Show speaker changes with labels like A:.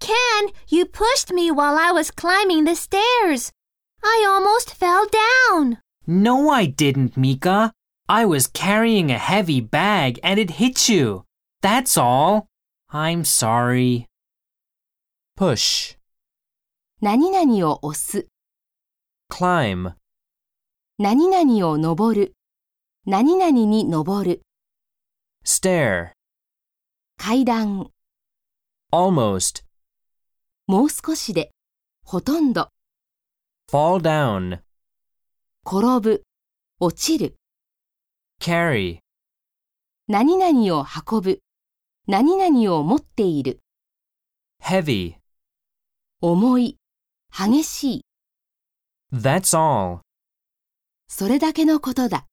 A: then you pushed me while I was climbing the stairs. I almost fell down.
B: No, I didn't, Mika. I was carrying a heavy bag and it hit you. That's all. I'm sorry. Push,
C: 何々を押す、
B: climb,
C: 何々を登る、何々に登る、
B: stare,
C: 階段、
B: almost,
C: もう少しで、ほとんど、
B: fall down,
C: 転ぶ、落ちる、
B: carry,
C: 何々を運ぶ、何々を持っている、
B: heavy.
C: 重い、激しい、
B: That's all.
C: それだけのことだ。